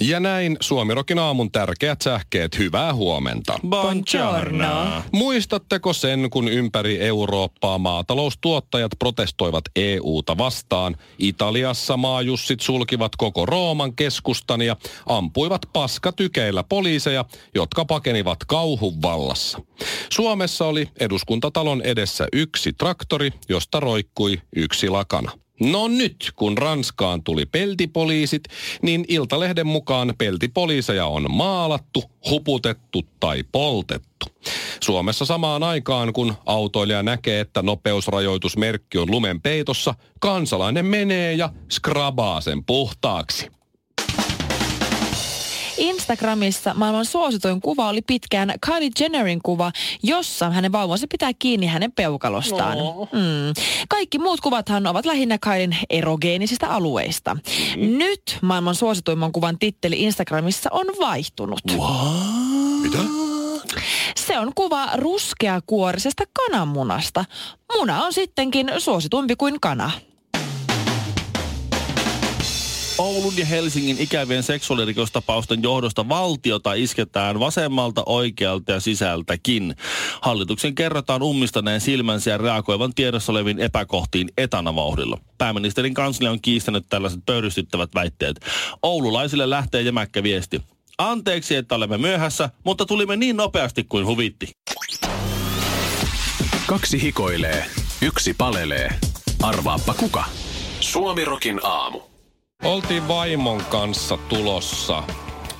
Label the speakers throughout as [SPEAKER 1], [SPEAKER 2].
[SPEAKER 1] Ja näin Suomirokin aamun tärkeät sähkeet. Hyvää huomenta.
[SPEAKER 2] Buongiorno.
[SPEAKER 1] Muistatteko sen, kun ympäri Eurooppaa maataloustuottajat protestoivat EUta vastaan? Italiassa maajussit sulkivat koko Rooman keskustan ja ampuivat paskatykeillä poliiseja, jotka pakenivat kauhun vallassa. Suomessa oli eduskuntatalon edessä yksi traktori, josta roikkui yksi lakana. No nyt, kun Ranskaan tuli peltipoliisit, niin Iltalehden mukaan peltipoliiseja on maalattu, huputettu tai poltettu. Suomessa samaan aikaan, kun autoilija näkee, että nopeusrajoitusmerkki on lumen peitossa, kansalainen menee ja skrabaa sen puhtaaksi.
[SPEAKER 2] Instagramissa maailman suosituin kuva oli pitkään Kylie Jennerin kuva, jossa hänen vauvansa pitää kiinni hänen peukalostaan. Mm. Kaikki muut kuvathan ovat lähinnä Kylien erogeenisistä alueista. Nyt maailman suosituimman kuvan titteli Instagramissa on vaihtunut.
[SPEAKER 1] Mitä?
[SPEAKER 2] Se on kuva ruskeakuorisesta kananmunasta. Muna on sittenkin suositumpi kuin kana.
[SPEAKER 3] Oulun ja Helsingin ikävien seksuaalirikostapausten johdosta valtiota isketään vasemmalta, oikealta ja sisältäkin. Hallituksen kerrotaan ummistaneen silmänsä ja reagoivan tiedossa oleviin epäkohtiin etanavauhdilla. Pääministerin kanslia on kiistänyt tällaiset pöyristyttävät väitteet. Oululaisille lähtee jämäkkä viesti. Anteeksi, että olemme myöhässä, mutta tulimme niin nopeasti kuin huvitti.
[SPEAKER 4] Kaksi hikoilee, yksi palelee. Arvaappa kuka? Suomirokin aamu.
[SPEAKER 1] Oltiin vaimon kanssa tulossa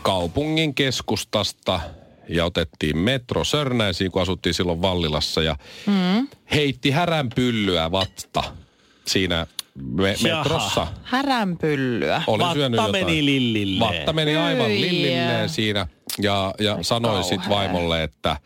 [SPEAKER 1] kaupungin keskustasta ja otettiin metro Sörnäisiin, kun asuttiin silloin Vallilassa ja mm. heitti härän pyllyä vatta siinä me-
[SPEAKER 3] Jaha.
[SPEAKER 1] metrossa.
[SPEAKER 2] Häränpyllyä.
[SPEAKER 1] Olin syönyt
[SPEAKER 3] Vatta
[SPEAKER 1] jotain.
[SPEAKER 3] meni lillille.
[SPEAKER 1] Vatta meni aivan
[SPEAKER 2] Hyi.
[SPEAKER 1] lillilleen siinä ja, ja sanoin sitten
[SPEAKER 2] kauhea.
[SPEAKER 1] vaimolle, että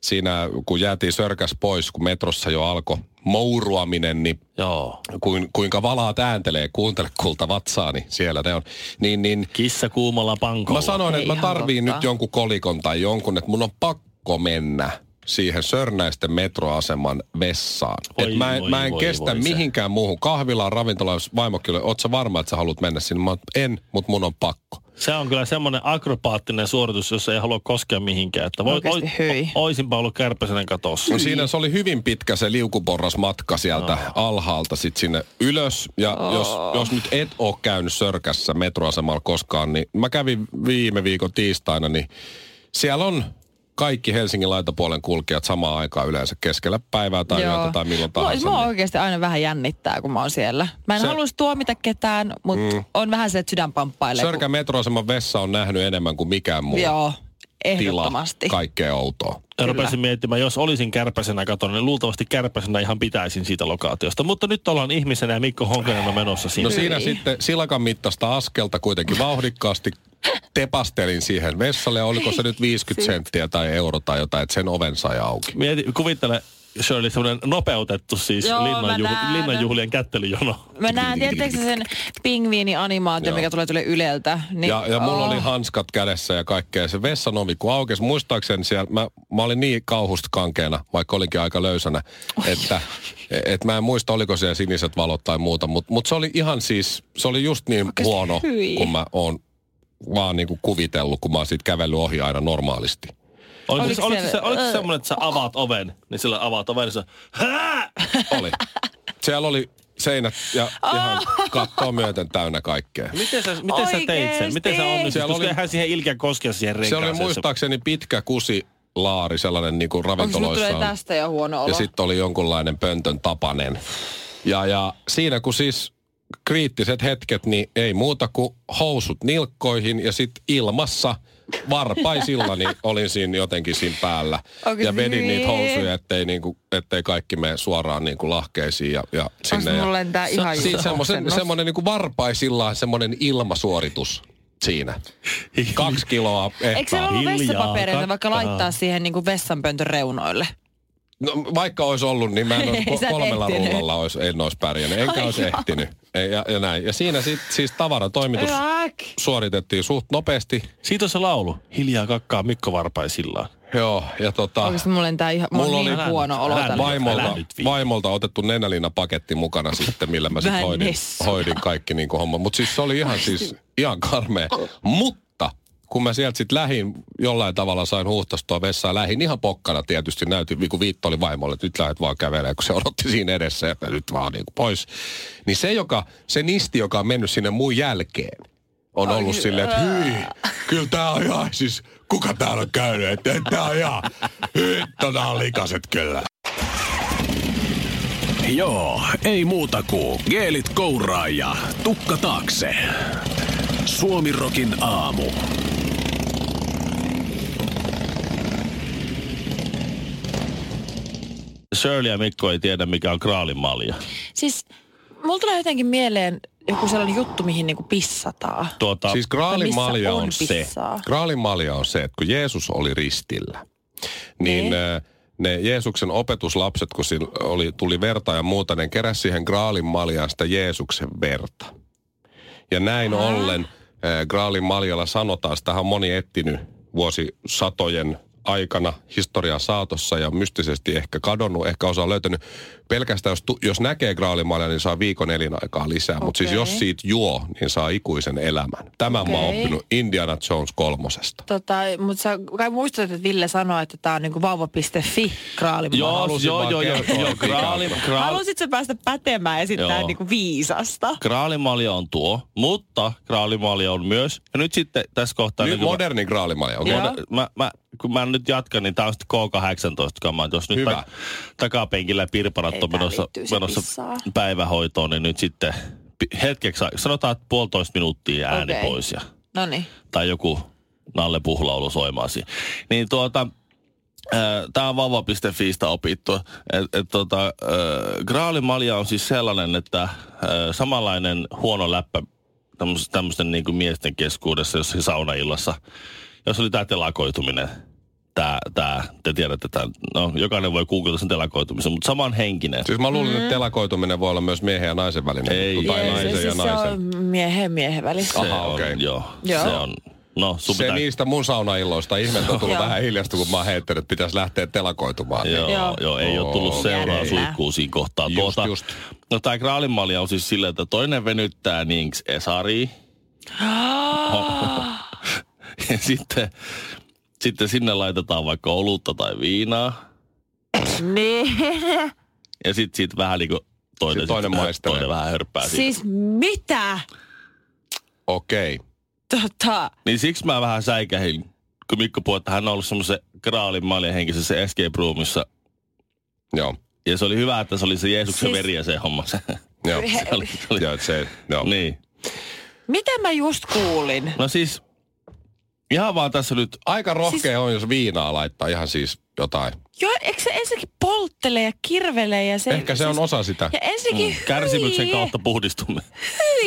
[SPEAKER 1] siinä kun jäätiin sörkäs pois, kun metrossa jo alkoi mouruaminen, niin
[SPEAKER 3] Joo.
[SPEAKER 1] kuin, kuinka valaat ääntelee, kuuntele kulta vatsaani, siellä ne on, niin, niin
[SPEAKER 3] Kissa kuumalla pankolla.
[SPEAKER 1] Mä sanoin,
[SPEAKER 2] Ei
[SPEAKER 1] että mä
[SPEAKER 2] ihan
[SPEAKER 1] tarviin
[SPEAKER 2] totta.
[SPEAKER 1] nyt jonkun kolikon tai jonkun, että mun on pakko mennä siihen Sörnäisten metroaseman vessaan.
[SPEAKER 3] Voi,
[SPEAKER 1] et mä en,
[SPEAKER 3] voi,
[SPEAKER 1] mä en
[SPEAKER 3] voi,
[SPEAKER 1] kestä
[SPEAKER 3] voi se.
[SPEAKER 1] mihinkään muuhun. Kahvilaan, ravintolaan, jos vaimokin oli, oot sä varma, että sä haluat mennä sinne? Mä oon, en, mutta mun on pakko.
[SPEAKER 3] Se on kyllä semmoinen akrobaattinen suoritus, jossa ei halua koskea mihinkään. Että voi,
[SPEAKER 2] Oikeesti, hyi.
[SPEAKER 3] o, oisinpa ollut kärpäsenä katossa.
[SPEAKER 1] No siinä se oli hyvin pitkä se liukuporras matka sieltä alhaalta sit sinne ylös. Ja jos, jos nyt et oo käynyt Sörkässä metroasemalla koskaan, niin mä kävin viime viikon tiistaina, niin siellä on kaikki Helsingin laitapuolen kulkijat samaan aikaan yleensä keskellä päivää tai yötä tai milloin tahansa.
[SPEAKER 2] Mua, mua
[SPEAKER 1] niin-
[SPEAKER 2] oikeasti aina vähän jännittää, kun mä oon siellä. Mä en
[SPEAKER 1] Se-
[SPEAKER 2] se... halus tuomita ketään, mutta mm. on vähän se, että sydän pamppailee.
[SPEAKER 1] Sörkän metroaseman vessa on nähnyt enemmän kuin mikään muu
[SPEAKER 2] kun... Joo,
[SPEAKER 1] tila.
[SPEAKER 2] ehdottomasti.
[SPEAKER 1] Kaikkea outoa.
[SPEAKER 3] Ja rupesin miettimään, jos olisin kärpäsenä katon, niin luultavasti kärpäsenä ihan pitäisin siitä lokaatiosta. Mutta nyt ollaan ihmisenä ja Mikko Honkanen on menossa sinne.
[SPEAKER 1] No
[SPEAKER 2] Niin.
[SPEAKER 1] siinä sitten silakan mittaista askelta kuitenkin vauhdikkaasti tepastelin siihen vessalle. ja Oliko se nyt
[SPEAKER 2] Niin.
[SPEAKER 1] 50 senttiä tai euro tai jotain, että sen oven sai auki.
[SPEAKER 3] Mieti, kuvittele, Shirley, semmoinen nopeutettu siis
[SPEAKER 2] Joo, mä
[SPEAKER 3] linnanjuhl-
[SPEAKER 2] näen.
[SPEAKER 3] linnanjuhlien kättelyjono.
[SPEAKER 2] Mä näen, tiedättekö sä sen pingviini-animaatio,
[SPEAKER 1] Joo.
[SPEAKER 2] mikä tulee tule Yleltä? Niin,
[SPEAKER 1] Ja, ja mulla
[SPEAKER 2] oh.
[SPEAKER 1] oli hanskat kädessä ja kaikkea. Se vessan ovi kun aukesi, muistaakseni siellä, mä, mä olin niin kauhusta kankeena, vaikka olinkin aika löysänä, että et mä en muista, oliko siellä siniset valot tai muuta, mutta mut se oli ihan siis, se oli just niin
[SPEAKER 2] Oikeesti,
[SPEAKER 1] huono,
[SPEAKER 2] hyi.
[SPEAKER 1] kun mä oon vaan niinku kuvitellut, kun mä oon siitä kävellyt ohi aina normaalisti.
[SPEAKER 3] Oliko,
[SPEAKER 2] Oliko
[SPEAKER 3] oliko, oliko,
[SPEAKER 2] siellä-
[SPEAKER 3] se, oliko se
[SPEAKER 2] Ö.
[SPEAKER 3] semmoinen, että sä avaat oven, niin sillä avaat oven, niin sä, Hää!
[SPEAKER 1] Oli. Siellä oli seinät ja ihan kattoa myöten täynnä kaikkea.
[SPEAKER 3] Miten sä, miten sä teit sen?
[SPEAKER 2] Oikeesti?
[SPEAKER 3] Miten sä onnistut?
[SPEAKER 1] Siellä
[SPEAKER 3] Koska
[SPEAKER 1] oli-
[SPEAKER 3] eihän siihen ilkeä koskea siihen
[SPEAKER 1] Se oli
[SPEAKER 3] renkaaseen.
[SPEAKER 1] muistaakseni pitkä kusilaari, sellainen niin kuin
[SPEAKER 2] Onko sulla
[SPEAKER 1] ravintoloissa
[SPEAKER 2] tulee
[SPEAKER 1] on.
[SPEAKER 2] tästä jo huono olo?
[SPEAKER 1] Ja sitten oli jonkunlainen pöntön tapanen. Ja, ja siinä kun siis kriittiset hetket, niin ei muuta kuin housut nilkkoihin ja sitten ilmassa varpaisillani olin siinä jotenkin siinä päällä.
[SPEAKER 2] Oikeesti?
[SPEAKER 1] Ja vedin
[SPEAKER 2] niin?
[SPEAKER 1] niitä housuja, ettei, niinku, ettei kaikki mene suoraan niinku lahkeisiin ja, ja sinne.
[SPEAKER 2] Onko
[SPEAKER 1] ja...
[SPEAKER 2] mulla lentää ihan
[SPEAKER 1] Siis
[SPEAKER 2] just
[SPEAKER 1] semmoisen,
[SPEAKER 2] oksennus?
[SPEAKER 1] semmoinen niin varpaisillaan semmoinen ilmasuoritus siinä. Kaksi kiloa
[SPEAKER 2] Eikö se
[SPEAKER 1] ehtaa.
[SPEAKER 2] ollut
[SPEAKER 3] Hiljaa
[SPEAKER 2] vessapapereita, vaikka niinku
[SPEAKER 3] kattaa.
[SPEAKER 2] laittaa siihen niin kuin vessanpöntön reunoille?
[SPEAKER 1] No, vaikka olisi ollut, niin mä en olisi,
[SPEAKER 2] Ei sä
[SPEAKER 1] ko- kolmella
[SPEAKER 2] ehtinyt.
[SPEAKER 1] rullalla olisi, en olisi pärjännyt. Enkä
[SPEAKER 2] Ai
[SPEAKER 1] olisi
[SPEAKER 2] joo.
[SPEAKER 1] ehtinyt. Ei, ja, ja, näin. ja siinä sit, siis tavaratoimitus
[SPEAKER 2] Rak.
[SPEAKER 1] suoritettiin suht nopeasti.
[SPEAKER 3] Siitä on se laulu. Hiljaa kakkaa Mikko Varpaisillaan.
[SPEAKER 1] Joo, ja tota...
[SPEAKER 2] Oikeasti mulla on tää ihan, mulla on niin
[SPEAKER 3] oli-
[SPEAKER 2] huono olo
[SPEAKER 3] Älä-
[SPEAKER 2] tällä.
[SPEAKER 3] vai-
[SPEAKER 1] vaimolta,
[SPEAKER 3] Älä nyt viitsi.
[SPEAKER 1] vaimolta otettu nenäliinapaketti mukana sitten, millä mä sit
[SPEAKER 2] Vähän
[SPEAKER 1] hoidin,
[SPEAKER 2] nessua.
[SPEAKER 1] hoidin kaikki niin homma. Mutta siis se oli ihan siis, ihan karmea. Mutta kun mä sieltä sitten lähin, jollain tavalla sain huuhtastua vessaan, lähin ihan pokkana tietysti, näytin, vi- kun viitto oli vaimolle, että nyt lähdet vaan kävelemään, kun se odotti siinä edessä, että nyt vaan niin kuin pois. Niin se, joka, se nisti, joka on mennyt sinne muun jälkeen, on ollut silleen, että hyi, kyllä tää on ihan siis, kuka täällä on käynyt, että tää on ihan, hyi, tota on likaset kyllä.
[SPEAKER 5] Joo, ei muuta kuin geelit kouraa ja tukka taakse. Suomirokin aamu.
[SPEAKER 3] Shirley ja Mikko ei tiedä, mikä on kraalin malja.
[SPEAKER 2] Siis mulla tulee jotenkin mieleen joku sellainen juttu, mihin niinku pissataan.
[SPEAKER 3] Tuota,
[SPEAKER 1] Siis
[SPEAKER 3] siis...
[SPEAKER 1] graalin
[SPEAKER 2] missä
[SPEAKER 1] malja on,
[SPEAKER 2] on
[SPEAKER 1] se.
[SPEAKER 2] pissaa?
[SPEAKER 1] Graalin malja on se, että kun Jeesus oli ristillä, niin ne, ne Jeesuksen opetuslapset, kun sillä oli, tuli verta ja muuta, ne keräsi siihen graalin maljaan sitä Jeesuksen verta. Ja näin Aha. ollen äh, graalin maljalla sanotaan, sitä on moni etsinyt vuosisatojen aikana historian saatossa ja mystisesti ehkä kadonnut, ehkä osa on löytänyt. Pelkästään jos, tu- jos näkee graalimaljan, niin saa viikon elinaikaa lisää, okay. mutta siis
[SPEAKER 2] Okei.
[SPEAKER 1] jos siitä juo, niin saa ikuisen elämän. Tämä okay. mä oon
[SPEAKER 2] Okei.
[SPEAKER 1] oppinut Indiana Jones kolmosesta.
[SPEAKER 2] Tota, mutta sä kai muistat, että Ville sanoi, että tää on niinku vauva.fi kraalimaa.
[SPEAKER 3] Joo,
[SPEAKER 1] halusin
[SPEAKER 3] joo,
[SPEAKER 1] vaan
[SPEAKER 3] joo, joo,
[SPEAKER 1] kertoa,
[SPEAKER 3] joo,
[SPEAKER 1] mikä
[SPEAKER 3] kraali,
[SPEAKER 1] on.
[SPEAKER 3] kraali,
[SPEAKER 2] Halusitko päästä pätemään ja
[SPEAKER 3] Joo.
[SPEAKER 2] esittää niinku viisasta?
[SPEAKER 3] Kraalimalja on tuo, mutta kraalimalja on myös. Ja nyt sitten tässä kohtaa... niin
[SPEAKER 1] Nyt
[SPEAKER 3] kun mä-
[SPEAKER 1] moderni graalimalja, okei?
[SPEAKER 2] Joo.
[SPEAKER 1] Okay?
[SPEAKER 3] Moder- mä, mä, kun mä nyt jatkan, niin tää on sitten K18-kamaa. Jos nyt
[SPEAKER 1] Hyvä.
[SPEAKER 3] ta- takapenkillä pirparat
[SPEAKER 2] Ei,
[SPEAKER 3] on
[SPEAKER 2] tää
[SPEAKER 3] menossa,
[SPEAKER 2] liittyy se
[SPEAKER 3] menossa
[SPEAKER 2] pissaa.
[SPEAKER 3] päivähoitoon, niin nyt sitten pi- hetkeksi, ai- sanotaan, että puolitoista minuuttia ääni
[SPEAKER 2] Okei.
[SPEAKER 3] pois. Ja,
[SPEAKER 2] No niin.
[SPEAKER 3] tai joku Nalle Puhlaulu soimaan siinä. Niin tuota, Tämä on vauva.fiistä opittu. Et, et, tota, ö, graalimalja on siis sellainen, että ö, samanlainen huono läppä tämmöisten niinku miesten keskuudessa, jos siis saunaillassa, jos oli tämä telakoituminen, tää, tää, te tiedätte tämän, no jokainen voi googlata sen telakoitumisen, mutta samanhenkinen.
[SPEAKER 1] Siis mä luulin, että telakoituminen voi olla myös miehen ja naisen välinen.
[SPEAKER 3] Ei.
[SPEAKER 1] juttu, Tai
[SPEAKER 3] Ei,
[SPEAKER 1] naisen
[SPEAKER 2] se,
[SPEAKER 1] ja
[SPEAKER 2] Mm-hmm. siis se
[SPEAKER 1] naisen.
[SPEAKER 2] on miehen ja miehen välissä.
[SPEAKER 3] se
[SPEAKER 1] Aha,
[SPEAKER 3] on,
[SPEAKER 1] okei.
[SPEAKER 3] joo,
[SPEAKER 2] Joo.
[SPEAKER 3] se on, no sun
[SPEAKER 1] Se niin
[SPEAKER 3] pitää
[SPEAKER 1] niistä mun saunailloista. Ihme, että on tullut
[SPEAKER 2] Joo.
[SPEAKER 1] vähän hiljasta, kun mä oon heittänyt, että pitäisi lähteä telakoitumaan.
[SPEAKER 3] Joo, joo.
[SPEAKER 2] Joo.
[SPEAKER 3] joo ei ole tullut
[SPEAKER 1] Okei.
[SPEAKER 3] seuraa suihkuun siinä kohtaa.
[SPEAKER 1] Just,
[SPEAKER 3] tuota,
[SPEAKER 1] just.
[SPEAKER 3] No tämä graalinmalja on siis silleen, että toinen venyttää niinks esari. ja sitten, sitten sinne laitetaan vaikka olutta tai viinaa.
[SPEAKER 2] Niin.
[SPEAKER 3] Ja sitten siitä vähän niinku toinen, äh,
[SPEAKER 1] Sit toinen maistelee.
[SPEAKER 3] toinen vähän hörppää siis...
[SPEAKER 2] Siis mitä?
[SPEAKER 1] Okei.
[SPEAKER 2] Tota,
[SPEAKER 3] Niin siksi mä vähän säikähin, kun Mikko puhui, että hän on ollut semmoisen graalinmaljan henkisessä escape roomissa.
[SPEAKER 1] Joo.
[SPEAKER 3] Ja se oli hyvä, että se oli se Jeesuksen siis...
[SPEAKER 2] Siis-
[SPEAKER 3] veriä se homma. se
[SPEAKER 1] Joo.
[SPEAKER 3] oli, se oli...
[SPEAKER 1] Joo, et se, no. joo.
[SPEAKER 3] Niin.
[SPEAKER 2] mitä mä just kuulin?
[SPEAKER 3] No siis, ihan vaan tässä nyt
[SPEAKER 2] Siis-
[SPEAKER 1] Aika rohkea on, jos viinaa laittaa ihan siis jotain.
[SPEAKER 2] Joo, eikö se ensinnäkin polttele ja kirvele ja se...
[SPEAKER 1] Ehkä se on
[SPEAKER 2] siis,
[SPEAKER 1] osa sitä.
[SPEAKER 2] Ja ensinnäkin mm,
[SPEAKER 3] kärsimyksen kautta puhdistumme.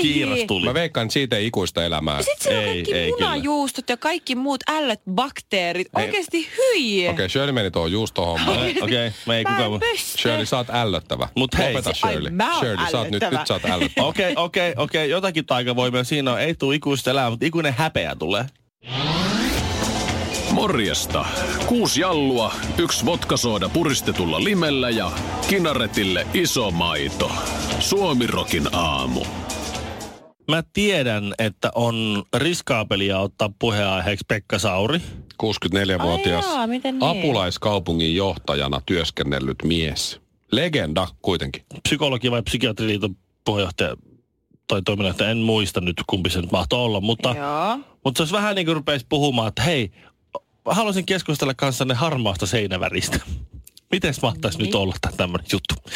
[SPEAKER 3] Kiiras tuli.
[SPEAKER 1] Mä veikkaan, että siitä ei ikuista elämää.
[SPEAKER 2] Sitten siellä on
[SPEAKER 3] Ei,
[SPEAKER 2] kaikki
[SPEAKER 3] ei kyllä.
[SPEAKER 2] munajuustot ja kaikki muut ällöt bakteerit. Oikeesti hyi.
[SPEAKER 1] Okei, Shirley meni tuohon juustohommaan.
[SPEAKER 3] Okei, okay, me ei
[SPEAKER 2] Mä
[SPEAKER 3] kukaan...
[SPEAKER 2] en pysty.
[SPEAKER 1] Shirley, sä oot ällöttävä.
[SPEAKER 3] Mut hei.
[SPEAKER 1] Lopeta
[SPEAKER 3] Ai,
[SPEAKER 1] Shirley.
[SPEAKER 2] mä oon
[SPEAKER 1] Shirley, sä oot nyt,
[SPEAKER 2] ällöttävä.
[SPEAKER 1] nyt sä oot ällöttävä.
[SPEAKER 3] Okei, okei, okei. Jotakin taikavoimia siinä on. Ei tule ikuista elämää, mutta ikuinen häpeä tulee.
[SPEAKER 5] Morjesta. Kuusi jallua, yksi vodkasooda puristetulla limellä ja kinaretille iso maito. Suomirokin aamu.
[SPEAKER 3] Mä tiedän, että on riskaapelia ottaa puheenaiheeksi Pekka Sauri.
[SPEAKER 1] 64-vuotias
[SPEAKER 2] Ai jaa, miten niin?
[SPEAKER 1] apulaiskaupungin johtajana työskennellyt mies. Legenda kuitenkin.
[SPEAKER 3] Psykologi vai psykiatriliiton puheenjohtaja tai toiminnanjohtaja, en muista nyt kumpi se nyt mahtoi olla, mutta,
[SPEAKER 2] Joo.
[SPEAKER 3] mutta se olisi vähän niin kuin rupeisi puhumaan, että hei, haluaisin keskustella kanssanne harmaasta seinäväristä. Miten mahtaisi nyt olla tämmöinen Niin juttu?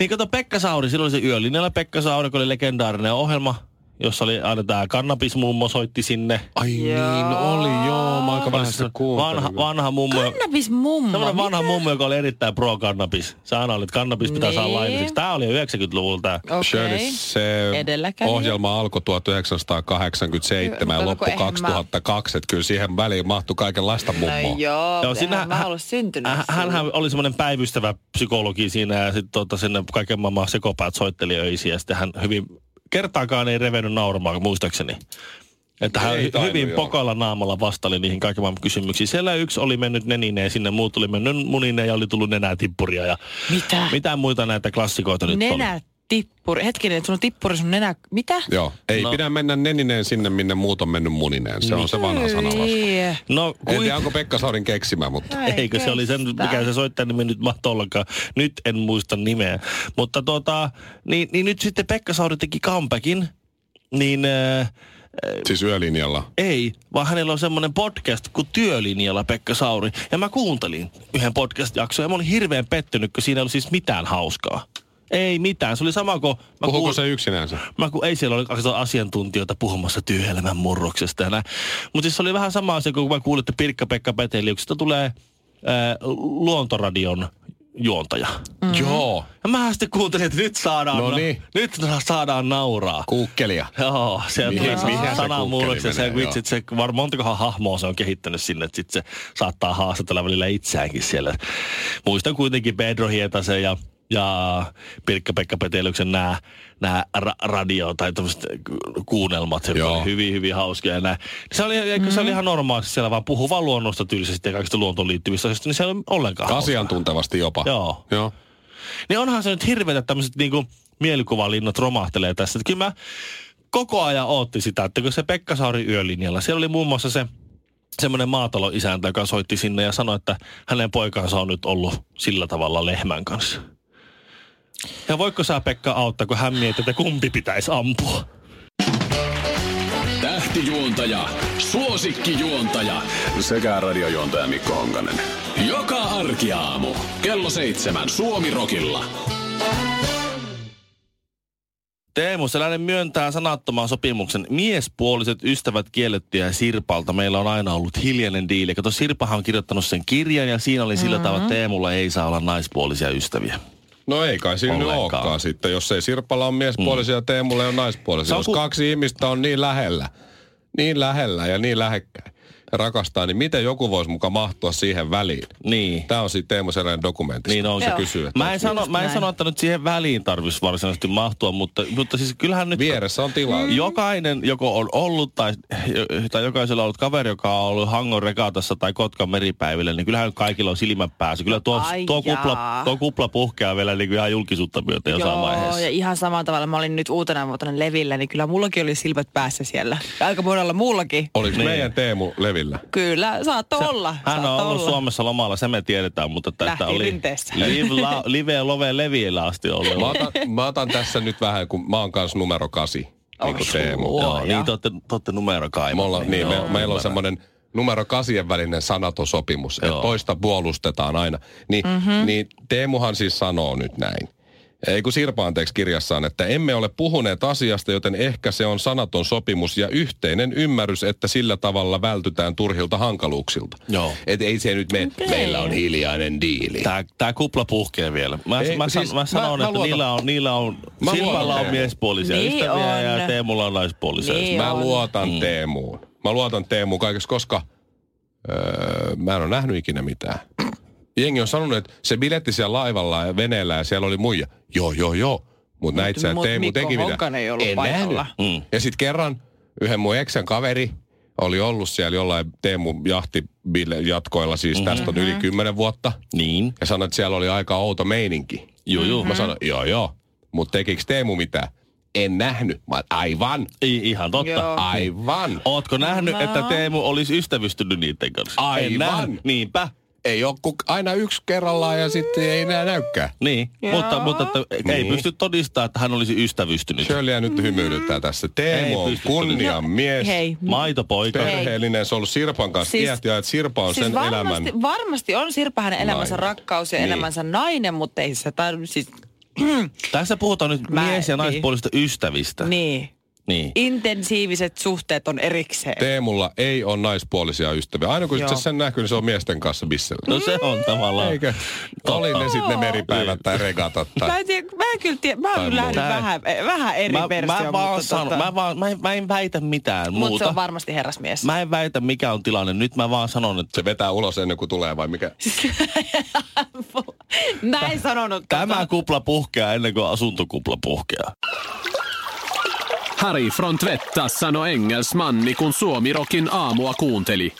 [SPEAKER 3] Niin kato Pekka Sauri, silloin oli se yölinjalla Pekka Sauri, kun oli legendaarinen ohjelma, jossa oli aina tämä kannabismummo soitti sinne.
[SPEAKER 1] Ai niin, oli joo. Mä aika vähän sitä kuuntelin.
[SPEAKER 3] Vanha, vanha mummo.
[SPEAKER 2] Kannabis mummo.
[SPEAKER 3] No. Semmoinen vanha mummo, joka oli erittäin pro-kannabis. Se aina oli, että kannabis pitää saada
[SPEAKER 2] Niin.
[SPEAKER 3] lailliseksi. Tää oli 90-luvulla tää.
[SPEAKER 2] Okei.
[SPEAKER 1] Shirley, se
[SPEAKER 2] Edelläkävijä.
[SPEAKER 1] ohjelma alkoi 1987 ja
[SPEAKER 2] Mutta
[SPEAKER 1] loppu
[SPEAKER 2] kun eihän mä-
[SPEAKER 1] 2002. Että kyllä siihen väliin mahtui kaikenlaista mummoa.
[SPEAKER 2] No joo,
[SPEAKER 3] Joo,
[SPEAKER 2] joo
[SPEAKER 3] siinä
[SPEAKER 2] sinä,
[SPEAKER 3] hän-
[SPEAKER 2] mä ollut syntynyt.
[SPEAKER 3] Hän, Äh, hänhän oli semmoinen päivystävä psykologi siinä ja sitten tota, sinne kaiken maailman sekopäät soitteli öisiä. Ja sitten hän hyvin, kertaakaan ei revennyt nauramaan muistaakseni. Että hän
[SPEAKER 1] Ei
[SPEAKER 3] hy-
[SPEAKER 1] tainnut,
[SPEAKER 3] hyvin
[SPEAKER 1] joo.
[SPEAKER 3] pokalla naamalla vastaili niihin kaiken maailman kysymyksiin. Siellä yksi oli mennyt nenineen sinne, muut oli mennyt munineen ja oli tullut nenätippuria. Ja
[SPEAKER 2] Mitä?
[SPEAKER 3] mitä muita näitä klassikoita nyt oli?
[SPEAKER 2] Nenä tippuri. Hetkinen, sun on tippuri sun nenä. Mitä?
[SPEAKER 1] Joo, ei
[SPEAKER 3] No.
[SPEAKER 1] no. pidä mennä nenineen sinne, minne muut on mennyt munineen. Se on se vanha
[SPEAKER 2] Niin.
[SPEAKER 1] sananlasku.
[SPEAKER 2] Ei.
[SPEAKER 3] No,
[SPEAKER 1] En
[SPEAKER 3] kuitenkin.
[SPEAKER 1] tiedä, onko Pekka Saurin keksimä, mutta...
[SPEAKER 2] Ai
[SPEAKER 3] Eikö se oli sen,
[SPEAKER 2] kestä.
[SPEAKER 3] mikä se soittaja nimi nyt mahtoi ollakaan. Nyt en muista nimeä. Mutta tota, niin, niin nyt sitten Pekka Sauri teki comebackin, niin äh,
[SPEAKER 1] Siis yölinjalla.
[SPEAKER 3] ei, vaan hänellä on semmoinen podcast kuin Työlinjalla Pekka Sauri. Ja mä kuuntelin yhden podcast-jakson ja mä olin hirveän pettynyt, kun siinä ei ollut siis mitään hauskaa. Ei mitään, se oli sama kuin... Mä
[SPEAKER 1] Puhuuko
[SPEAKER 3] kuul-
[SPEAKER 1] se yksinänsä?
[SPEAKER 3] Mä kun ei siellä ole asiantuntijoita puhumassa työelämän murroksesta ja näin. Mutta siis se oli vähän sama asia, kun mä kuulin, että Pirkka-Pekka Peteliuksesta tulee ää, luontoradion juontaja.
[SPEAKER 1] Mm.
[SPEAKER 2] Mm-hmm.
[SPEAKER 1] Joo,
[SPEAKER 3] Ja mä sitten kuuntelin, että nyt saadaan,
[SPEAKER 1] No niin.
[SPEAKER 3] nyt saadaan nauraa.
[SPEAKER 1] kuukkelia.
[SPEAKER 3] Joo, se
[SPEAKER 1] Mihin- mihin se
[SPEAKER 3] tuli sananmurroksi.
[SPEAKER 1] kukkeli
[SPEAKER 3] Se,
[SPEAKER 1] menee,
[SPEAKER 3] vitsi, että se, var, montakohan hahmoa se on kehittänyt sinne, että sit se saattaa haastatella välillä itseäänkin siellä. Muistan kuitenkin Pedro Hietasen ja ja Pirkka-Pekka Peteliuksen nämä, nämä ra- radio- tai tämmöiset kuunnelmat, jotka
[SPEAKER 1] Joo.
[SPEAKER 3] oli hyvin, hyvin hauskoja. ja Nää. Se oli, mm-hmm. se oli ihan normaalisti siellä, vaan puhuu vaan luonnosta tyylisesti ja kaikista luontoon liittyvistä asioista, niin se ei ole ollenkaan hauskaa.
[SPEAKER 1] Asiantuntevasti jopa.
[SPEAKER 3] Joo.
[SPEAKER 1] Joo.
[SPEAKER 3] Niin onhan se nyt hirveetä, että tämmöiset niinku mielikuvalinnat romahtelee tässä. Et kyllä mä koko ajan ootti sitä, että kun se Pekka Sauri yölinjalla, siellä oli muun muassa se semmoinen maataloisäntä, joka soitti sinne ja sanoi, että hänen poikansa on nyt ollut sillä tavalla lehmän kanssa. Ja voiko sä Pekka auttaa, kun hän mietti, että kumpi pitäisi ampua?
[SPEAKER 5] Tähtijuontaja, suosikkijuontaja sekä radiojuontaja Mikko Honkanen. Joka arkiaamu kello seitsemän Suomi Rokilla.
[SPEAKER 3] Teemu Selänen myöntää sanattoman sopimuksen. Miespuoliset ystävät kiellettyjä Sirpalta. Meillä on aina ollut hiljainen diili. Kato, Sirpahan on kirjoittanut sen kirjan ja siinä oli sillä mm-hmm. tavalla, että Teemulla ei saa olla naispuolisia ystäviä.
[SPEAKER 1] No ei kai siinä nyt
[SPEAKER 3] Ollenkaan. Mm.
[SPEAKER 1] olekaan sitten, jos ei Sirpalla on miespuolisia ja Teemulla ei ole naispuolisia.
[SPEAKER 3] Se on
[SPEAKER 1] Jos
[SPEAKER 3] ku-
[SPEAKER 1] kaksi ihmistä on niin lähellä, niin lähellä ja niin lähekkäin ja rakastaa, niin miten joku voisi muka mahtua siihen väliin?
[SPEAKER 3] Niin.
[SPEAKER 1] Tämä on siitä Teemu Sereen dokumentista.
[SPEAKER 3] Niin on
[SPEAKER 1] se
[SPEAKER 3] se.
[SPEAKER 1] kysyy. että
[SPEAKER 3] Mä en, sano, mä en
[SPEAKER 2] Näin.
[SPEAKER 3] sano, että nyt siihen väliin tarvitsisi varsinaisesti mahtua, mutta, mutta siis kyllähän nyt...
[SPEAKER 1] Vieressä on
[SPEAKER 2] Mm.
[SPEAKER 1] tilaa.
[SPEAKER 3] Mm. Jokainen joko on ollut tai, tai jokaisella on ollut kaveri, joka on ollut Hangon rekatassa tai Kotkan meripäivillä, niin kyllähän kaikilla on silmät päässä. Kyllä tuo,
[SPEAKER 2] Ai
[SPEAKER 3] tuo, kupla,
[SPEAKER 2] jaa.
[SPEAKER 3] tuo kupla puhkeaa vielä niin kuin ihan julkisuutta myöten jossain
[SPEAKER 2] Joo,
[SPEAKER 3] vaiheessa.
[SPEAKER 2] ja ihan samalla tavalla. Mä olin nyt uutena vuotena levillä, niin kyllä mullakin oli silmät päässä siellä. Ja aika monella muullakin.
[SPEAKER 1] Oliko
[SPEAKER 3] Niin.
[SPEAKER 1] meidän Teemu levillä?
[SPEAKER 2] Kyllä, saattoi olla.
[SPEAKER 3] Hän on
[SPEAKER 2] saattoi
[SPEAKER 3] ollut
[SPEAKER 2] olla.
[SPEAKER 3] Suomessa lomalla, se me tiedetään, mutta että, että
[SPEAKER 2] Lähti
[SPEAKER 3] oli
[SPEAKER 2] rinteessä.
[SPEAKER 3] live, la, live ja love leviillä asti ollut.
[SPEAKER 1] Mä otan, mä otan tässä nyt vähän, kun mä oon kanssa numero kasi, niin kuin Teemu.
[SPEAKER 3] Joo, niin te olette, te olette numerokaimat.
[SPEAKER 1] Me ollaan, niin, me, meillä on semmoinen numero kasien välinen sanatosopimus, että
[SPEAKER 3] Joo. Mhm.
[SPEAKER 1] toista puolustetaan aina. Ni, mm-hmm. Niin Teemuhan siis sanoo nyt näin. Ei kun Sirpa anteeksi kirjassaan, että emme ole puhuneet asiasta, joten ehkä se on sanaton sopimus ja yhteinen ymmärrys, että sillä tavalla vältytään turhilta hankaluuksilta.
[SPEAKER 3] Joo.
[SPEAKER 1] Et ei se nyt me, meillä on hiljainen diili.
[SPEAKER 3] Tää, tää kupla puhkee vielä. Mä,
[SPEAKER 1] Ei,
[SPEAKER 3] Ei, mä,
[SPEAKER 1] siis
[SPEAKER 3] siis, mä sanon,
[SPEAKER 1] mä- mä
[SPEAKER 3] että
[SPEAKER 1] luotan-
[SPEAKER 3] niillä on, niillä on,
[SPEAKER 1] Mä
[SPEAKER 3] Silvalla
[SPEAKER 1] luotan
[SPEAKER 3] on
[SPEAKER 1] Teemuun.
[SPEAKER 3] miespuolisia
[SPEAKER 2] Niin
[SPEAKER 3] ystäviä
[SPEAKER 2] on.
[SPEAKER 3] ja Teemulla on naispuolisia
[SPEAKER 2] Niin
[SPEAKER 3] ystäviä.
[SPEAKER 1] Mä
[SPEAKER 2] on.
[SPEAKER 1] luotan mm. Teemuun. Mä luotan Teemuun kaikessa, koska öö, mä en ole nähnyt ikinä mitään. Jengi on sanonut, että se biletti siellä laivalla ja veneellä ja siellä oli muija. Joo, joo, joo. Mutta näit sä, että
[SPEAKER 2] mut
[SPEAKER 1] Teemu
[SPEAKER 2] Mikko
[SPEAKER 1] teki mitään.
[SPEAKER 2] Honkanen ei ollut paikalla.
[SPEAKER 1] nähnyt. Mm. Ja sitten kerran yhden mun eksän kaveri oli ollut siellä jollain Teemu jahti jatkoilla, siis mm-hmm. tästä on
[SPEAKER 2] Mhm.
[SPEAKER 1] yli kymmenen vuotta.
[SPEAKER 3] Niin.
[SPEAKER 1] Ja sanoi, että siellä oli aika outo meininki. Joo, joo.
[SPEAKER 2] Mhm.
[SPEAKER 1] Mä sanoin, joo, joo. Mutta tekikö Teemu mitään? En nähnyt. Mä oon, aivan,
[SPEAKER 3] I, ihan totta.
[SPEAKER 2] Joo.
[SPEAKER 1] aivan.
[SPEAKER 3] Ootko nähnyt, että Teemu olisi ystävystynyt niiden kanssa?
[SPEAKER 1] Aivan.
[SPEAKER 3] En nähnyt. Niinpä.
[SPEAKER 1] ei ole kuin aina yksi kerrallaan ja sitten ei enää näykään.
[SPEAKER 3] Niin,
[SPEAKER 2] Joo.
[SPEAKER 3] mutta, mutta että ei
[SPEAKER 1] Niin.
[SPEAKER 3] pysty todistamaan, että hän olisi ystävystynyt.
[SPEAKER 1] Shirleyä nyt hymyilyttää tässä.
[SPEAKER 3] Ei No,
[SPEAKER 1] Teemu on
[SPEAKER 3] pysty
[SPEAKER 1] kunnian mies.
[SPEAKER 2] Hei.
[SPEAKER 3] Maitopoika.
[SPEAKER 1] Perheellinen, se on ollut Sirpan kanssa siis,
[SPEAKER 2] Siis-
[SPEAKER 1] iät ja että Sirpa on sen
[SPEAKER 2] varmasti,
[SPEAKER 1] elämän.
[SPEAKER 2] varmasti on Sirpa hänen elämänsä
[SPEAKER 1] Nainen.
[SPEAKER 2] rakkaus ja
[SPEAKER 1] Niin.
[SPEAKER 2] niin. elämänsä nainen, mutta ei se tar- siis,
[SPEAKER 3] Tässä puhutaan nyt
[SPEAKER 2] Mä-
[SPEAKER 3] mies- ja
[SPEAKER 2] niin.
[SPEAKER 3] naispuolisista ystävistä.
[SPEAKER 2] niin.
[SPEAKER 3] Niin.
[SPEAKER 6] Intensiiviset suhteet on erikseen.
[SPEAKER 1] Teemulla ei ole naispuolisia ystäviä. Aina kun
[SPEAKER 6] Joo.
[SPEAKER 1] se sen näkyy, niin se on miesten kanssa missä.
[SPEAKER 3] No se on tavallaan.
[SPEAKER 1] Eikö? Oli ne sitten ne
[SPEAKER 6] Joo.
[SPEAKER 1] meripäivät tai regatat
[SPEAKER 6] Mä
[SPEAKER 1] tai...
[SPEAKER 6] en, tiedä, mä en kyllä tiedä, mä
[SPEAKER 1] Tai
[SPEAKER 6] oon kyllä
[SPEAKER 1] muu.
[SPEAKER 6] lähdin vähän, eh, vähän eri
[SPEAKER 3] Mä,
[SPEAKER 6] versio.
[SPEAKER 3] mä, vaan sanon,
[SPEAKER 2] tota-
[SPEAKER 3] mä, vaan, mä, en, mä en väitä mitään
[SPEAKER 6] Mutta se
[SPEAKER 3] muuta.
[SPEAKER 6] on varmasti herrasmies.
[SPEAKER 3] Mä en väitä mikä on tilanne. Nyt mä vaan sanon, että
[SPEAKER 1] Se vetää ulos ennen kuin tulee vai mikä?
[SPEAKER 6] Mä en sanonut.
[SPEAKER 3] tämä kupla puhkeaa ennen kuin asuntokupla puhkeaa.
[SPEAKER 5] Harry från Tvetta sanoi engelsmanni, kun Suomirokin aamua kuunteli.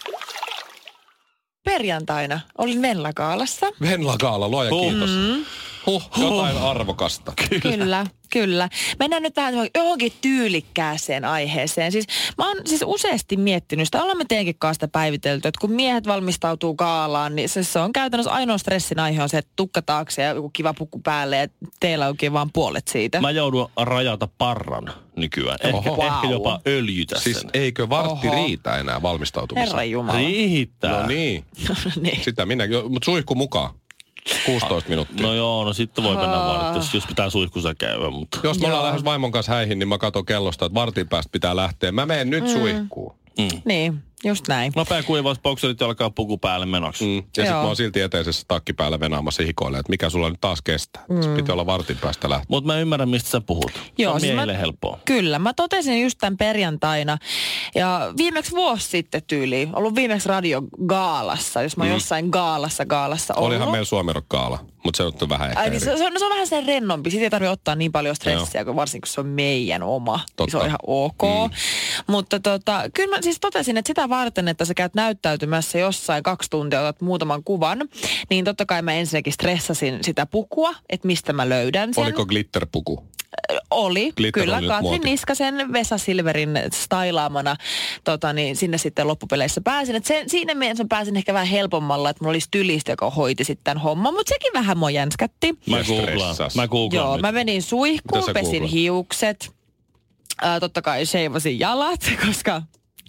[SPEAKER 2] Perjantaina olin Venlakaalassa.
[SPEAKER 1] Venla Kaala, luoja
[SPEAKER 3] Huh.
[SPEAKER 1] kiitos.
[SPEAKER 2] Mm-hmm.
[SPEAKER 1] Huh, jotain arvokasta.
[SPEAKER 2] Kyllä, kyllä. Mennään nyt tähän johonkin tyylikkääseen aiheeseen. Siis mä oon siis useasti miettinyt sitä, ollaan me teidänkin kanssa sitä päivitelty, että kun miehet valmistautuu kaalaan, niin se, se on käytännössä ainoa stressin aihe on se, että tukka taakse ja joku kiva puku päälle ja teillä onkin vaan puolet siitä.
[SPEAKER 1] Eh?
[SPEAKER 3] Mä joudun rajata parran nykyään. Ehkä,
[SPEAKER 1] Oho.
[SPEAKER 3] ehkä
[SPEAKER 6] Wow.
[SPEAKER 3] jopa öljytä
[SPEAKER 1] Siis
[SPEAKER 3] sen.
[SPEAKER 1] eikö vartti
[SPEAKER 2] Oho.
[SPEAKER 1] riitä enää valmistautumiseen?
[SPEAKER 2] Herra Jumala.
[SPEAKER 3] Riittää.
[SPEAKER 1] No niin,
[SPEAKER 2] niin.
[SPEAKER 1] sitä minäkin. Mutta suihku mukaan. 16 minuuttia.
[SPEAKER 3] No joo, no sitten voi mennä vaan, jos, jos pitää suihkussa käydä, mutta...
[SPEAKER 1] Jos me ollaan lähes vaimon kanssa häihin, niin mä katon kellosta, että vartin päästä pitää lähteä. Mä menen
[SPEAKER 2] Mm.
[SPEAKER 1] nyt suihkuun.
[SPEAKER 2] niin, just näin.
[SPEAKER 3] Nopea kuivaus, bokserit alkaa puku päälle menoksi.
[SPEAKER 1] Mm.
[SPEAKER 3] Mm.
[SPEAKER 1] Ja sitten mä
[SPEAKER 2] Joo.
[SPEAKER 1] oon silti eteisessä takki päällä venaamassa hikoille, että mikä sulla nyt taas kestää. Mm. Se piti olla vartin päästä lähteä.
[SPEAKER 3] Mutta mä ymmärrän, mistä sä puhut. se
[SPEAKER 2] Joo,
[SPEAKER 3] on
[SPEAKER 2] siis mä-
[SPEAKER 3] miehille helppoa.
[SPEAKER 2] Kyllä, mä totesin just tämän perjantaina ja viimeksi vuosi sitten tyyliin, ollut viimeksi radiogaalassa, jos mä mm. jossain gaalassa gaalassa ollut.
[SPEAKER 1] Olihan meillä suomirokkaala, mutta se nyt on vähän ehkä
[SPEAKER 2] Ai, niin
[SPEAKER 1] eri.
[SPEAKER 2] se, se, on, no se on vähän sen rennompi. Siitä ei tarvitse ottaa niin paljon stressiä, kun varsinkin kun se on meidän oma.
[SPEAKER 1] Totta.
[SPEAKER 2] Totta. Se on ihan ok. Mm. Mutta tota, kyllä mä siis totesin, että sitä varten, että sä käyt näyttäytymässä jossain kaksi tuntia, otat muutaman kuvan, niin totta kai mä ensinnäkin stressasin sitä pukua, että mistä mä löydän sen.
[SPEAKER 1] Oliko glitterpuku?
[SPEAKER 2] Oli,
[SPEAKER 1] Glitter
[SPEAKER 2] kyllä.
[SPEAKER 1] oli nyt
[SPEAKER 2] Katrin
[SPEAKER 1] muoti.
[SPEAKER 2] Niskasen Vesa Silverin stailaamana tota, niin sinne sitten loppupeleissä pääsin. Et sen, siinä mielessä mä pääsin ehkä vähän helpommalla, että mulla olisi tylistä, joka hoiti sitten tämän homman. Mutta sekin vähän mua jänskätti.
[SPEAKER 3] Mä
[SPEAKER 1] Ja
[SPEAKER 3] googlaan.
[SPEAKER 1] stressas.
[SPEAKER 3] Mä googlaan
[SPEAKER 2] Joo,
[SPEAKER 3] nyt.
[SPEAKER 2] mä menin
[SPEAKER 1] Mitä
[SPEAKER 2] suihkuun,
[SPEAKER 1] sä
[SPEAKER 2] pesin
[SPEAKER 1] googlaat?
[SPEAKER 2] hiukset. Ää, totta kai seivasin jalat, koska...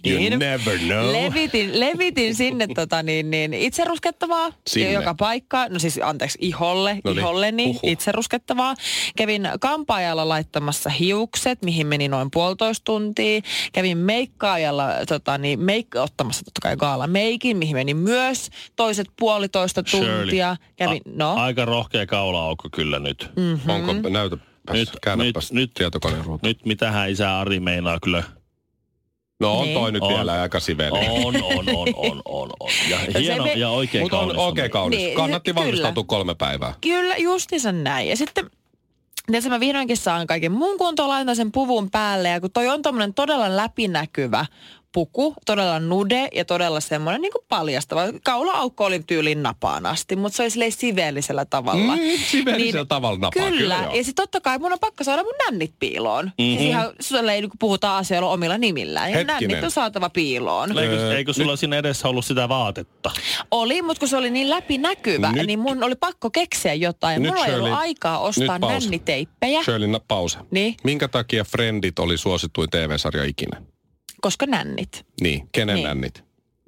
[SPEAKER 1] You
[SPEAKER 2] niin
[SPEAKER 1] never know.
[SPEAKER 2] Levitin, levitin sinne tota, niin, niin, itse ruskettavaa
[SPEAKER 1] Sinne.
[SPEAKER 2] joka paikka. No siis anteeksi, iholle,
[SPEAKER 1] No niin,
[SPEAKER 2] iholleni
[SPEAKER 1] huhu.
[SPEAKER 2] itse ruskettavaa. Kävin kampaajalla laittamassa hiukset, mihin meni noin puolitoista tuntia. Kävin meikkaajalla tota, niin, meik- ottamassa totta kai gaala meikin, mihin meni myös toiset puolitoista
[SPEAKER 3] Shirley.
[SPEAKER 2] tuntia. Kävin,
[SPEAKER 3] A-
[SPEAKER 2] no.
[SPEAKER 3] Aika rohkea kaulaaukko kyllä nyt. Mm.
[SPEAKER 1] Mm-hmm. Onko, näytäpäs,
[SPEAKER 3] Nyt-
[SPEAKER 1] nyt, käännäpäs
[SPEAKER 3] nyt-
[SPEAKER 1] nyt,
[SPEAKER 3] nyt-
[SPEAKER 1] nyt, tietokoneen ruutu.
[SPEAKER 3] Nyt mitähän isä Ari meinaa kyllä.
[SPEAKER 1] No on
[SPEAKER 2] Niin.
[SPEAKER 1] toi nyt
[SPEAKER 3] On.
[SPEAKER 1] vielä aika siveli.
[SPEAKER 3] On, on, on, on, on, on. Ja
[SPEAKER 2] se
[SPEAKER 3] hieno
[SPEAKER 2] me-
[SPEAKER 3] ja oikein
[SPEAKER 1] Mutta on
[SPEAKER 3] kaunis.
[SPEAKER 1] oikein kaunis.
[SPEAKER 2] Niin,
[SPEAKER 1] Niin,
[SPEAKER 2] se-
[SPEAKER 1] Kannatti
[SPEAKER 2] kyllä.
[SPEAKER 1] valmistautua kolme päivää.
[SPEAKER 2] Kyllä, justiinsa näin. Ja sitten tässä mä vihdoinkin saan kaiken mun kuntoon, laitan sen puvun päälle. Ja kun toi on tommonen todella läpinäkyvä puku, todella nude ja todella semmoinen niin kuin paljastava. Kaulaaukko oli tyyliin napaan asti, mutta se oli silleen siveellisellä tavalla.
[SPEAKER 1] Mm, siveellisellä tavalla napaa,
[SPEAKER 2] Niin, Kyllä,
[SPEAKER 1] kyllä
[SPEAKER 2] kyllä
[SPEAKER 1] joo. Mhm.
[SPEAKER 2] ja sitten totta kai mun on pakko saada mun nännit piiloon. Mm-hmm. Siis ihan sulle ei niin kuin puhuta asioilla omilla nimillään. Ja
[SPEAKER 1] Hetkinen.
[SPEAKER 2] nännit on saatava piiloon.
[SPEAKER 3] Eikö, eikö sulla siinä edessä ollut sitä vaatetta?
[SPEAKER 2] Oli, mutta kun se oli niin läpinäkyvä,
[SPEAKER 1] Nyt-
[SPEAKER 2] nyt, niin mun oli pakko keksiä jotain.
[SPEAKER 1] Nyt,
[SPEAKER 2] Nyt Mulla ei ollut
[SPEAKER 1] Shirley,
[SPEAKER 2] aikaa ostaa
[SPEAKER 1] nyt pausa.
[SPEAKER 2] nänniteippejä,
[SPEAKER 1] Shirley, na- pause.
[SPEAKER 2] Niin.
[SPEAKER 1] Minkä takia Friendit oli suosituin TV-sarja ikinä?
[SPEAKER 2] koska nännit.
[SPEAKER 1] Niin, kenen niin.
[SPEAKER 2] Niin.
[SPEAKER 1] nännit?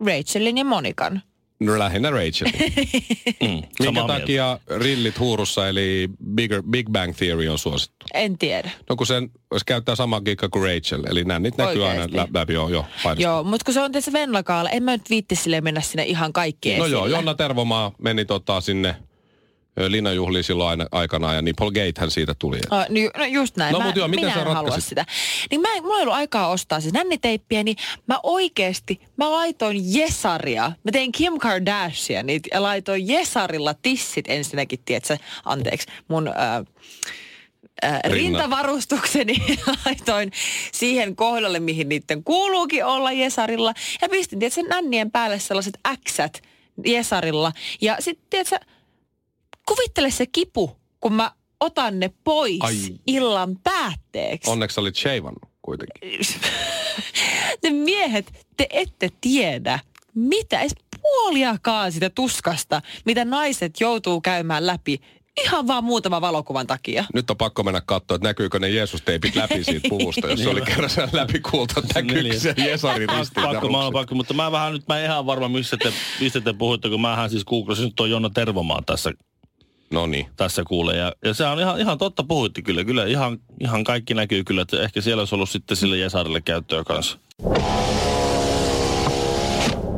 [SPEAKER 2] Rachelin ja Monikan.
[SPEAKER 1] No, lähinnä Rachelin.
[SPEAKER 3] Mm,
[SPEAKER 1] Minkä
[SPEAKER 3] samaa mieltä.
[SPEAKER 1] takia Rillit huurussa eli Bigger, Big Bang Theory on suosittu?
[SPEAKER 2] En tiedä.
[SPEAKER 1] No kun sen, jos käyttää samaa giikkaa kuin Rachel, eli nännit näkyy aina
[SPEAKER 2] Oikeesti?
[SPEAKER 1] lä- läpi, joo, joo, painosta.
[SPEAKER 2] Joo, mutta kun se on tässä Venlakaalla, en mä nyt viitti sille mennä sinne ihan kaikkeen.
[SPEAKER 1] No joo, Jonna Tervomaa meni tota sinne ö, Linnanjuhliin silloin aina, aikanaan ja niin Paul Gatehän siitä tuli.
[SPEAKER 2] No, ni- no just näin.
[SPEAKER 1] No
[SPEAKER 2] mä,
[SPEAKER 1] mut joo, miten
[SPEAKER 2] minä
[SPEAKER 1] sä
[SPEAKER 2] en halua
[SPEAKER 1] ratkaisit?
[SPEAKER 2] sitä. Niin mä, en- mulla ei ollut aikaa ostaa siis nänniteippiä, niin mä oikeesti, mä laitoin Jesaria. Mä tein Kim Kardashian niitä ja laitoin Jesarilla tissit ensinnäkin, tietsä, anteeksi, mun... Ää, ää, rintavarustukseni laitoin siihen kohdalle, mihin niiden kuuluukin olla Jesarilla. Ja pistin, tiedätkö, nännien päälle sellaiset äksät Jesarilla. Ja sitten, tiedätkö, kuvittele se kipu, kun mä otan ne pois
[SPEAKER 1] Ai.
[SPEAKER 2] Ai. illan päätteeksi.
[SPEAKER 1] Onneksi sä olit sheivannut kuitenkin.
[SPEAKER 2] Ne miehet, te ette tiedä, mitä edes puoliakaan sitä tuskasta, mitä naiset joutuu käymään läpi ihan vaan muutaman valokuvan takia.
[SPEAKER 1] Nyt on pakko mennä katsoa, että näkyykö ne Jeesus-teipit läpi siitä puvusta, jos se oli kerran siellä läpi kuultu, että näkyykö
[SPEAKER 3] Niin.
[SPEAKER 1] se Jesarin ristiin.
[SPEAKER 3] Pakko, mä oon pakko, mutta mä vähän nyt, mä en ihan varma, mistä te, mistä te puhutte, kun mähän siis googlasin nyt tuon Jonna Tervomaa tässä
[SPEAKER 1] No niin.
[SPEAKER 3] tässä kuulee. Ja, ja se on ihan, ihan totta puhuitti kyllä. Kyllä ihan, ihan kaikki näkyy kyllä, että ehkä siellä olisi ollut sitten sille Jesarille käyttöä kanssa.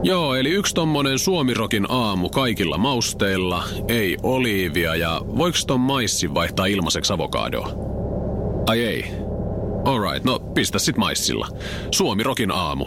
[SPEAKER 5] Joo, eli yksi tommonen suomirokin aamu kaikilla mausteilla, ei oliivia ja voiko ton maissi vaihtaa ilmaiseksi avokadoa? Ai ei. Alright, no pistä sit maissilla. Suomirokin aamu.